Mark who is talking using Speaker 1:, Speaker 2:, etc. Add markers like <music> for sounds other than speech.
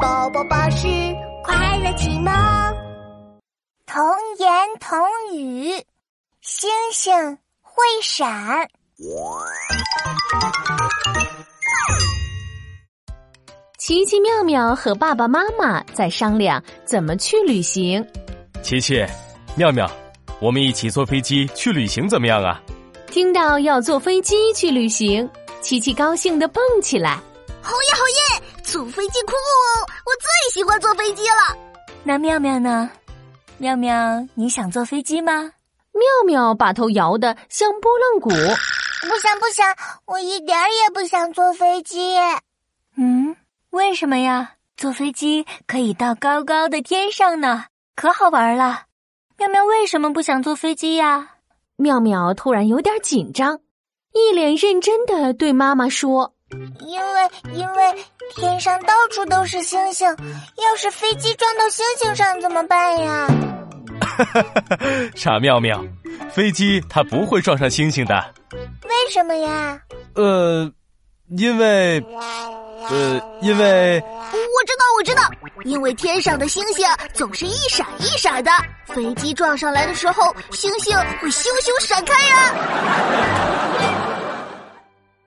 Speaker 1: 宝宝巴士快乐启蒙，
Speaker 2: 童言童语，星星会闪。
Speaker 3: 奇奇妙妙和爸爸妈妈在商量怎么去旅行。
Speaker 4: 琪琪，妙妙，我们一起坐飞机去旅行怎么样啊？ <laughs>
Speaker 3: 听到要坐飞机去旅行，琪琪高兴地蹦起来。
Speaker 1: 好耶好耶！坐飞机酷哦，我最喜欢坐飞机了。
Speaker 2: 那妙妙呢？妙妙，你想坐飞机吗？
Speaker 3: 妙妙把头摇得像拨浪鼓。
Speaker 1: 不想不想，我一点儿也不想坐飞机。
Speaker 2: 嗯，为什么呀？坐飞机可以到高高的天上呢，可好玩了。妙妙为什么不想坐飞机呀？
Speaker 3: 妙妙突然有点紧张，一脸认真地对妈妈说。
Speaker 1: 因为因为天上到处都是星星，要是飞机撞到星星上怎么办呀？
Speaker 4: 傻妙妙，飞机它不会撞上星星的。
Speaker 1: 为什么呀？
Speaker 4: 呃，因为，呃，因为
Speaker 1: 我知道我知道，因为天上的星星总是一闪一闪的，飞机撞上来的时候，星星会咻咻闪开呀、